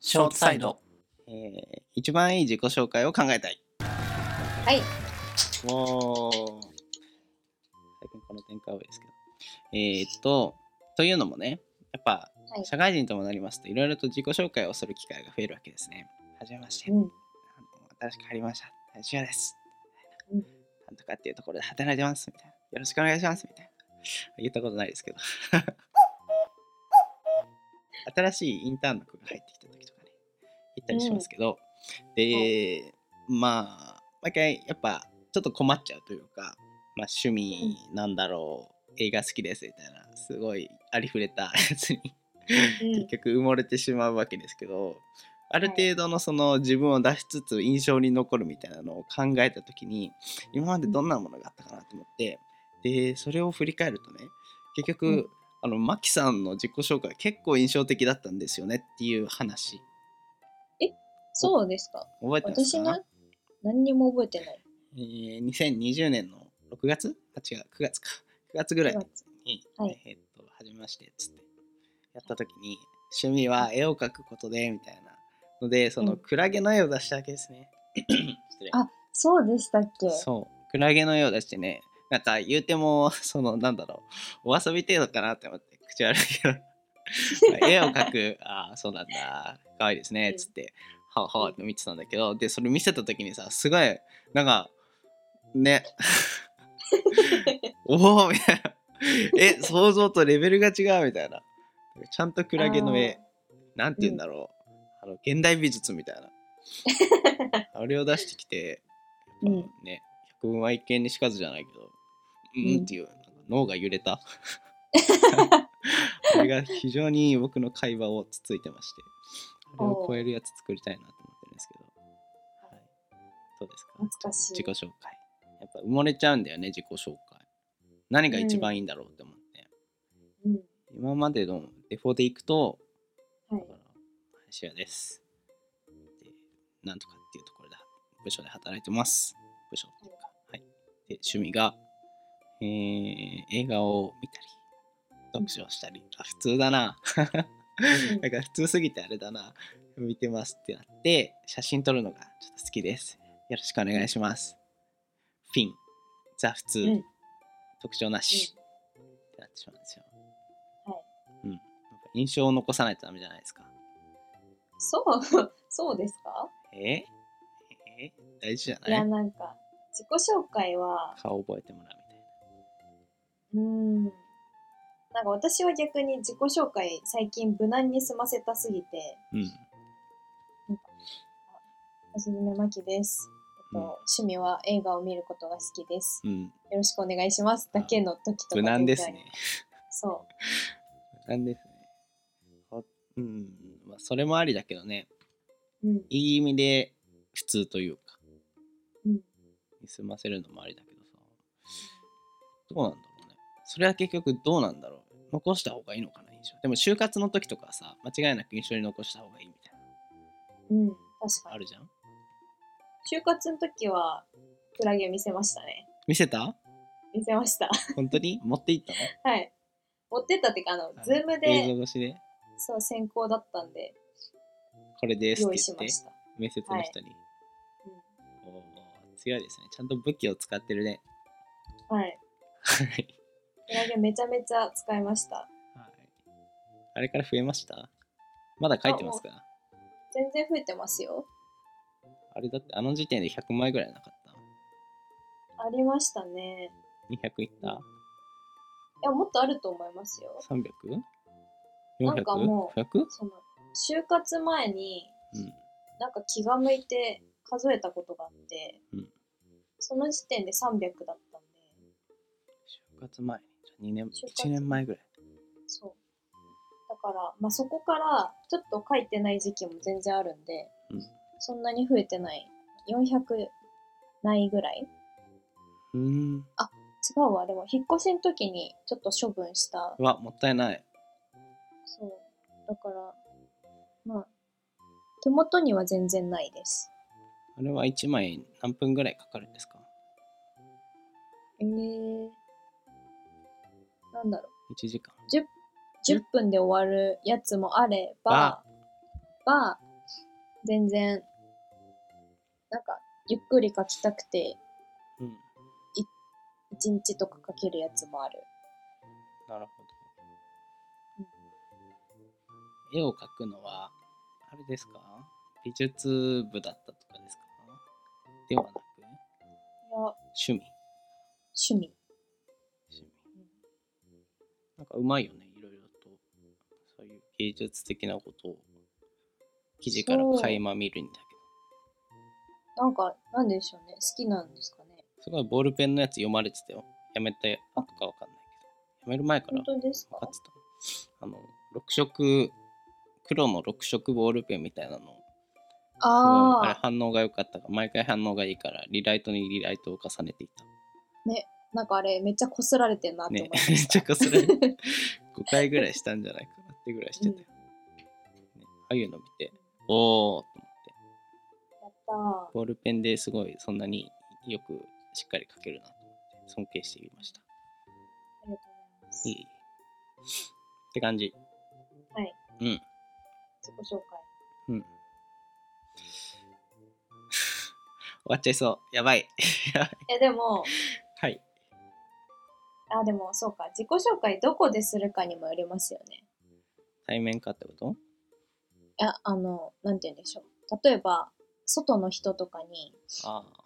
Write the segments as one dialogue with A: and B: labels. A: ショートサイド。
B: えー一番いい自己紹介を考えたい。
C: はい。
B: もう、最近この展開多いですけど。えーっと、というのもね、やっぱ、
C: はい
B: 社会人ともなりますと、いろいろと自己紹介をする機会が増えるわけですね。はじめまして。
C: うんうん
B: あの新しく入りました。大丈です。
C: うん
B: なんとかっていうところで働いてます。みたいな。よろしくお願いします。みたいな。言ったことないですけど。 新しいインターンの子が入ってきた時とかね、行ったりしますけど、で、まあ、毎回やっぱちょっと困っちゃうというか、まあ、趣味なんだろう、映画好きですみたいな、すごいありふれたやつに結局埋もれてしまうわけですけどある程度のその自分を出しつつ印象に残るみたいなのを考えた時に今までどんなものがあったかなと思ってでそれを振り返るとね結局、
C: うん
B: あのマキさんの自己紹介結構印象的だったんですよねっていう話
C: そうですか。
B: 覚えてます
C: 私
B: か
C: が何にも覚えてない。
B: えー2020年の6月あ違う9月か9月ぐらいに、
C: はい
B: えーっと始めましてっつってやった時に趣味は絵を描くことでみたいなのでその、
C: うん
B: クラゲの絵を出したわけですね 失礼
C: あそうでしたっけ
B: そうクラゲの絵を出してねなんか言うても そのなんだろうお遊び程度かなって思って口悪いけどまあ絵を描くああそうなんだ可愛いですねっつってはあはあって見てたんだけどでそれ見せた時にさすごいなんかねおおみたいなえ想像とレベルが違うみたいなちゃんとクラゲの絵なんて言うんだろう、あの現代美術みたいなあれを出してきてやっぱね、百聞は一見にしかずじゃないけどうん
C: うん
B: っていう、なんか脳が揺れ たあれが非常に僕の会話をつついてましてあれを超えるやつ作りたいなと思ってるんですけど、はい、どうですか
C: 懐かしい
B: 自己紹介やっぱ埋もれちゃうんだよね自己紹介何が一番いいんだろうって思って、
C: うん。
B: 今までのデフォでいくと、
C: はい
B: だから林家です。で、なんとかっていうところで、部署で働いてます。部署っていうか、はい。で、趣味が、えー、映画を見たり、読書をしたり、あ、普通だな。なんか普通すぎてあれだな。見てますってなって、写真撮るのがちょっと好きです。よろしくお願いします。フィン、ザ普通、
C: うん
B: 特徴なし、ってなってしまうんですよ。。
C: はい
B: うん。やっぱ印象を残さないとダメじゃないですか。
C: そう、 そうですか
B: えー、えー大事じゃ
C: い
B: な
C: や、
B: い
C: なんか、自己紹介は、
B: 顔覚えてもらうみたいな。
C: うん。なんか私は逆に自己紹介最近無難に済ませたすぎて、
B: うん。
C: はじめまきです。えっと
B: うん
C: 趣味は映画を見ることが好きです。
B: うん。
C: よろしくお願いします。だけの時とか
B: 無難ですね。
C: そ
B: 無難ですね。あうん。まあ、それもありだけどね、
C: う。うん。
B: いい意味で普通というか。
C: うん。
B: に済ませるのもありだけどさどうなんだろうねそれは結局どうなんだろう残した方がいいのかな印象でも就活の時とかはさ間違いなく印象に残した方がいいみたいな
C: うん。確か
B: のあ
C: に。
B: るじゃん
C: 就活の時は、クラゲ見せましたね。
B: 見せた
C: 見せました。
B: 本当に持っていったの
C: はい。持ってったっていうか、あの、
B: あの
C: ズーム
B: 映像
C: で、
B: 越しで
C: そう、先行だったんで、
B: これですっ
C: 用
B: て
C: 意し
B: 言
C: ま
B: って
C: した。
B: 面接の人に、
C: うん
B: おー強いですねちゃんと武器を使ってるね
C: はい。
B: はい
C: クラゲめちゃめちゃ使いました。
B: あれから増えましたまだ書いてますかあ
C: 全然増えてますよ。
B: れだってあの時点で100枚ぐらいなかった
C: ありましたね。
B: 200いった
C: いや、もっとあると思いますよ。
B: 300?400?
C: なんかもう
B: 500?
C: その、就活前に、
B: うん
C: なんか気が向いて数えたことがあって、
B: うん
C: その時点で300だったんで、
B: 就活前に2年
C: 就活
B: 1年前ぐらい
C: そう。だから、まあ、そこからちょっと書いてない時期も全然あるんで、
B: うん
C: そんなに増えてない。400ないぐらいう
B: ーん
C: 違うわ。でも、引っ越しの時にちょっと処分した。
B: うわもったいない
C: そう。だから、まあ、手元には全然ないです。
B: あれは1枚何分ぐらいかかるんですか
C: えー、なんだろう。
B: 1時間
C: 10分で終わるやつもあれば、ば、全然、なんか、ゆっくり書きたくて、
B: うん。
C: 1日とか書けるやつもある。
B: なるほ
C: う
B: ど。絵を描くのは、あれですか美術部だったとかですかではなく、
C: いや、
B: 趣味。
C: 趣味。
B: 趣味
C: うん
B: なんかうまいよね、いろいろと。そういう芸術的なことを、記事から垣間見るんだけど。
C: なんか、なんでしょうね。好きなんですかね。
B: すごいボールペンのやつ読まれてたよ。やめて後かわかんないけど。やめる前から
C: 本当ですか
B: 分かってた。あの、6色、黒の6色ボールペンみたいなの。すごいあれ
C: ああ、
B: 反応が良かったから、毎回反応がいいから、リライトにリライトを重ねていた。
C: なんかあれ、めっちゃこすられてんなって思
B: ね
C: い ま、
B: め
C: し。
B: ったちゃかそれ5回 ぐらいしたんじゃないかなってぐらいしてたよ。ねああいうの見て、おーと思って。
C: やったー。
B: ボールペンですごいそんなによくしっかり書けるなと思って尊敬していました。
C: ありがとうございます。
B: いいって感じ。
C: はい。
B: うん。
C: 自己紹介。
B: うん。終わっちゃいそう。やばい。
C: え、でも、
B: はい。
C: あ、でも、そうか。自己紹介どこでするかにもよりますよね。
B: 対面かってこと
C: いや、あの、なんて言うんでしょう。例えば、外の人とかに、
B: ああ。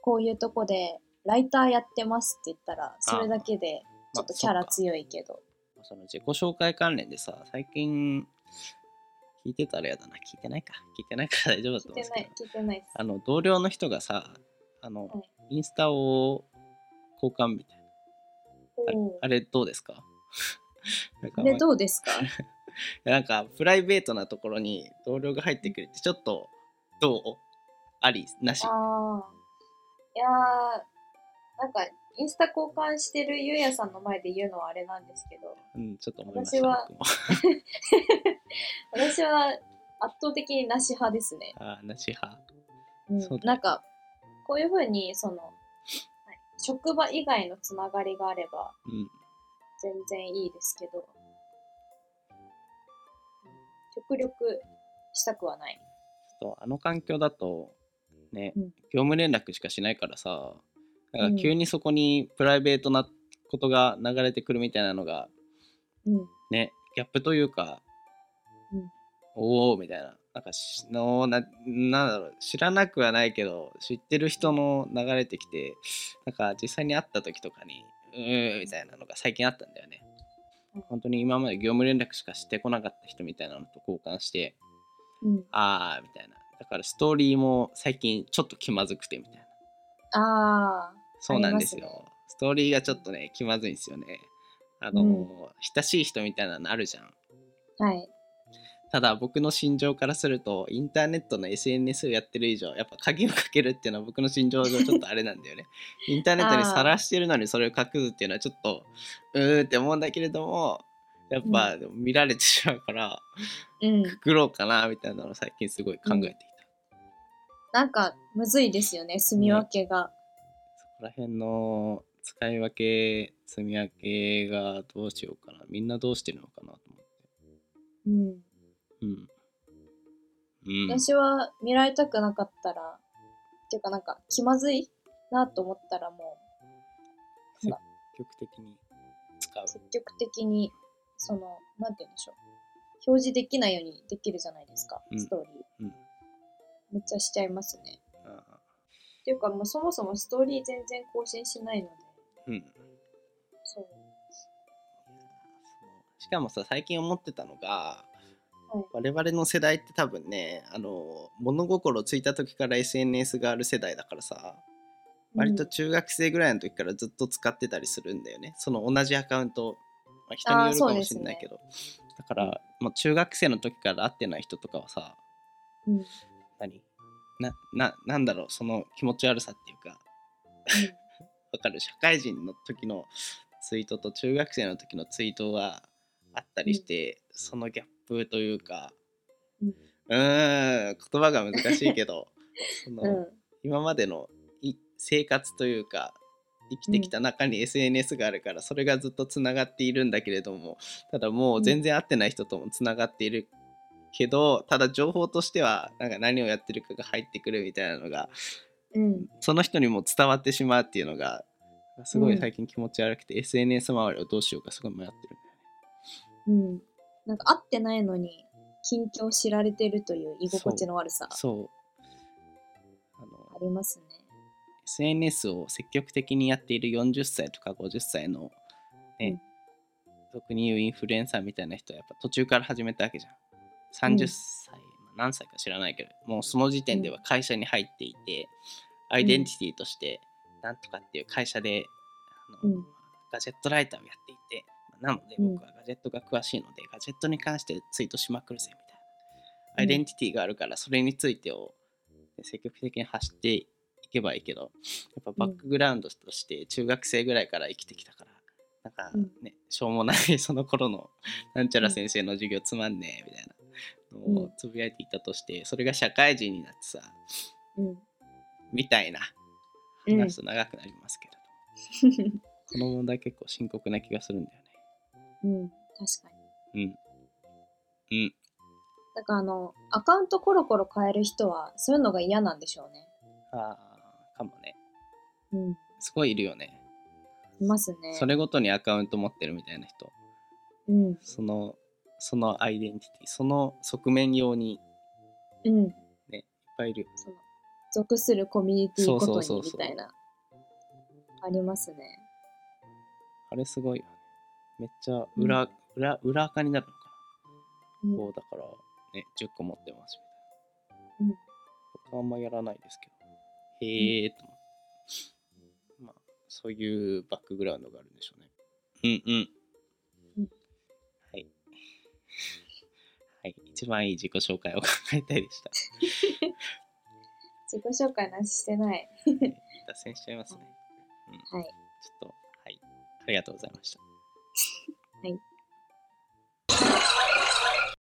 C: こういうとこで、ライターやってますって言ったら、それだけで、ち
B: まあ
C: ょっとキャラ
B: そっ
C: 強いけど。
B: かその自己紹介関連でさ、最近聞いてたらやだな。聞いてないか。聞いてないから大 丈夫だと
C: 聞
B: 思うん
C: い
B: で
C: て
B: す
C: な
B: け
C: い
B: ど。、
C: 聞いてないです。
B: あの、同僚の人がさ、あの、
C: はい
B: インスタを交換みたいな。あれ
C: おー
B: あれどうですか なんか
C: あれどう ですか
B: なんかプライベートなところに同僚が入ってくるってちょっとどうありなし
C: ああ。いやー、なんか、インスタ交換してるゆうやさんの前で言うのはあれなんですけど、
B: うん、ちょっと思いました
C: 私は
B: 僕も
C: 私は圧倒的になし派ですね。
B: あーなし派
C: うん
B: そうだよ
C: なんか、こういうふうに、その、はい職場以外のつながりがあれば、
B: うん
C: 全然いいですけど、極力したくはない。
B: ちょっとあの環境だとね、
C: うん
B: 業務連絡しかしないからさなんか急にそこにプライベートなことが流れてくるみたいなのが
C: うん。
B: ねギャップというか、
C: うん
B: おおみたいななんかしのななんだろう知らなくはないけど知ってる人の流れてきてなんか実際に会った時とかにうーんみたいなのが最近あったんだよね
C: うん
B: 本当に今まで業務連絡しかしてこなかった人みたいなのと交換して
C: うん、
B: ああみたいなだからストーリーも最近ちょっと気まずくてみたいな
C: ああ、
B: そうなんですよ。
C: あります
B: ストーリーがちょっとね、気まずいんですよね。あの、
C: うん
B: 親しい人みたいなのあるじゃん。
C: はい。
B: ただ僕の心情からすると、インターネットの SNS をやってる以上、やっぱ鍵をかけるっていうのは僕の心情上ちょっとあれなんだ よね。インターネットにさらしてるのにそれを隠すっていうのはちょっと、うーって思うんだけれども、やっぱでも見られてしまうから、
C: うん。
B: 作ろうかなみたいなのを最近すごい考えていた。
C: なんか、むずいですよね、住み分けが。
B: そこら辺の使い分け、積み分けがどうしようかな。みんなどうしてるのかなと思
C: うん。
B: って。うん。うん。
C: 私は見られたくなかったら、っていうかなんか気まずいなと思ったらも
B: 積極的に使う
C: う。積極的に、その、なんて言うんでしょう。表示できないようにできるじゃないですか、
B: うん
C: ストーリー。
B: うん。
C: めっちゃしちゃいますね。
B: ああ
C: っていうか、もうそもそもストーリー全然更新しないので、
B: うん。
C: そう。
B: しかもさ、最近思ってたのが、
C: はい
B: 我々の世代って多分ね、あの、物心ついた時から SNS がある世代だからさ、割と中学生ぐらいの時からずっと使ってたりするんだよね。その同じアカウント、まあ、人によ
C: あー
B: る
C: そ
B: か
C: う
B: も
C: で
B: し
C: す
B: れ
C: ね
B: ないけど、だから、まあ、中学生の時から会ってない人とかはさ、
C: うん、うん、
B: 何なななんだろうその気持ち悪さっていうかわかる社会人の時のツイートと中学生の時のツイートがあったりして、そのギャップというか
C: うん
B: うーん言葉が難しいけど その、
C: うん、
B: 今までのい生活というか生きてきた中に SNS があるからそれがずっとつながっているんだけれどもただもう全然会ってない人ともつながっているけどただ情報としてはなんか何をやってるかが入ってくるみたいなのが
C: うん。
B: その人にも伝わってしまうっていうのがすごい最近気持ち悪くて、SNS 周りをどうしようかすごい迷ってる
C: うん。なんか会ってないのに、近況知られてるという居心地の悪さ
B: そうあの
C: ありますね。
B: SNS を積極的にやっている40歳とか50歳の、ね特に言うインフルエンサーみたいな人はやっぱ途中から始めたわけじゃん
C: う
B: 30
C: ん
B: 歳、まあ何歳か知らないけどもうその時点では会社に入っていて、アイデンティティとしてなんとかっていう会社であの、
C: うん
B: ガジェットライターをやっていてなので
C: うん
B: 僕はガジェットが詳しいので、ガジェットに関してツイートしまくるぜみたいな
C: うん
B: アイデンティティがあるからそれについてを積極的に走っていけばいいけどやっぱバックグラウンドとして中学生ぐらいから生きてきたからなんか
C: うん
B: ね、しょうもない その頃のなんちゃら先生の授業つまんねえみたいなの
C: う
B: をつぶやいていたとしてそれが社会人になってさ
C: うん。
B: みたいな
C: うん
B: 話すと長くなりますけれど、この問題結構深刻な気がするんだよね。
C: うん。確かに。
B: うん、
C: だからあの、アカウントコロコロ変える人は、そういうのが嫌なんでしょうね。
B: あーかもね
C: うん。
B: すごいいるよね。
C: いますね。
B: それごとにアカウント持ってるみたいな人。
C: うん。
B: そのそのアイデンティティその側面用にいっ
C: うん。
B: ぱいいる
C: その、属するコミュニティごと
B: そうそう
C: に
B: そうそ
C: み
B: う
C: たいな。ありますね。
B: あれすごいよねめっちゃ裏、裏裏垢になるのか
C: う
B: な、
C: ん
B: こうだからね10個持ってます
C: う
B: みたいな、
C: ん
B: 僕はあんまやらないですけどへえと思って、まあそういうバックグラウンドがあるんでしょうねうんうん、
C: うん
B: はいはい一番いい自己紹介を考えたいで した
C: 自己紹介なししてない。
B: 脱線しちゃいますね。うん
C: はい。
B: ちょっと、はい。ありがとうございました。
C: はい。